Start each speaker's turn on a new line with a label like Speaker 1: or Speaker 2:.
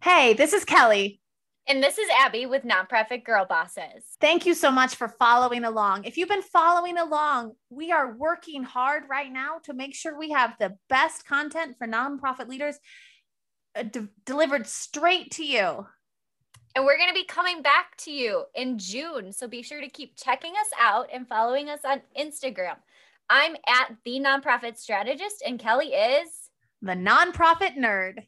Speaker 1: Hey, this is Kelly.
Speaker 2: And this is Abby with Nonprofit Girl Bosses.
Speaker 1: Thank you so much for following along. If you've been following along, we are working hard right now to make sure we have the best content for nonprofit leaders uh, de- delivered straight to you.
Speaker 2: And we're going to be coming back to you in June. So be sure to keep checking us out and following us on Instagram. I'm at the nonprofit strategist, and Kelly is
Speaker 1: The nonprofit nerd.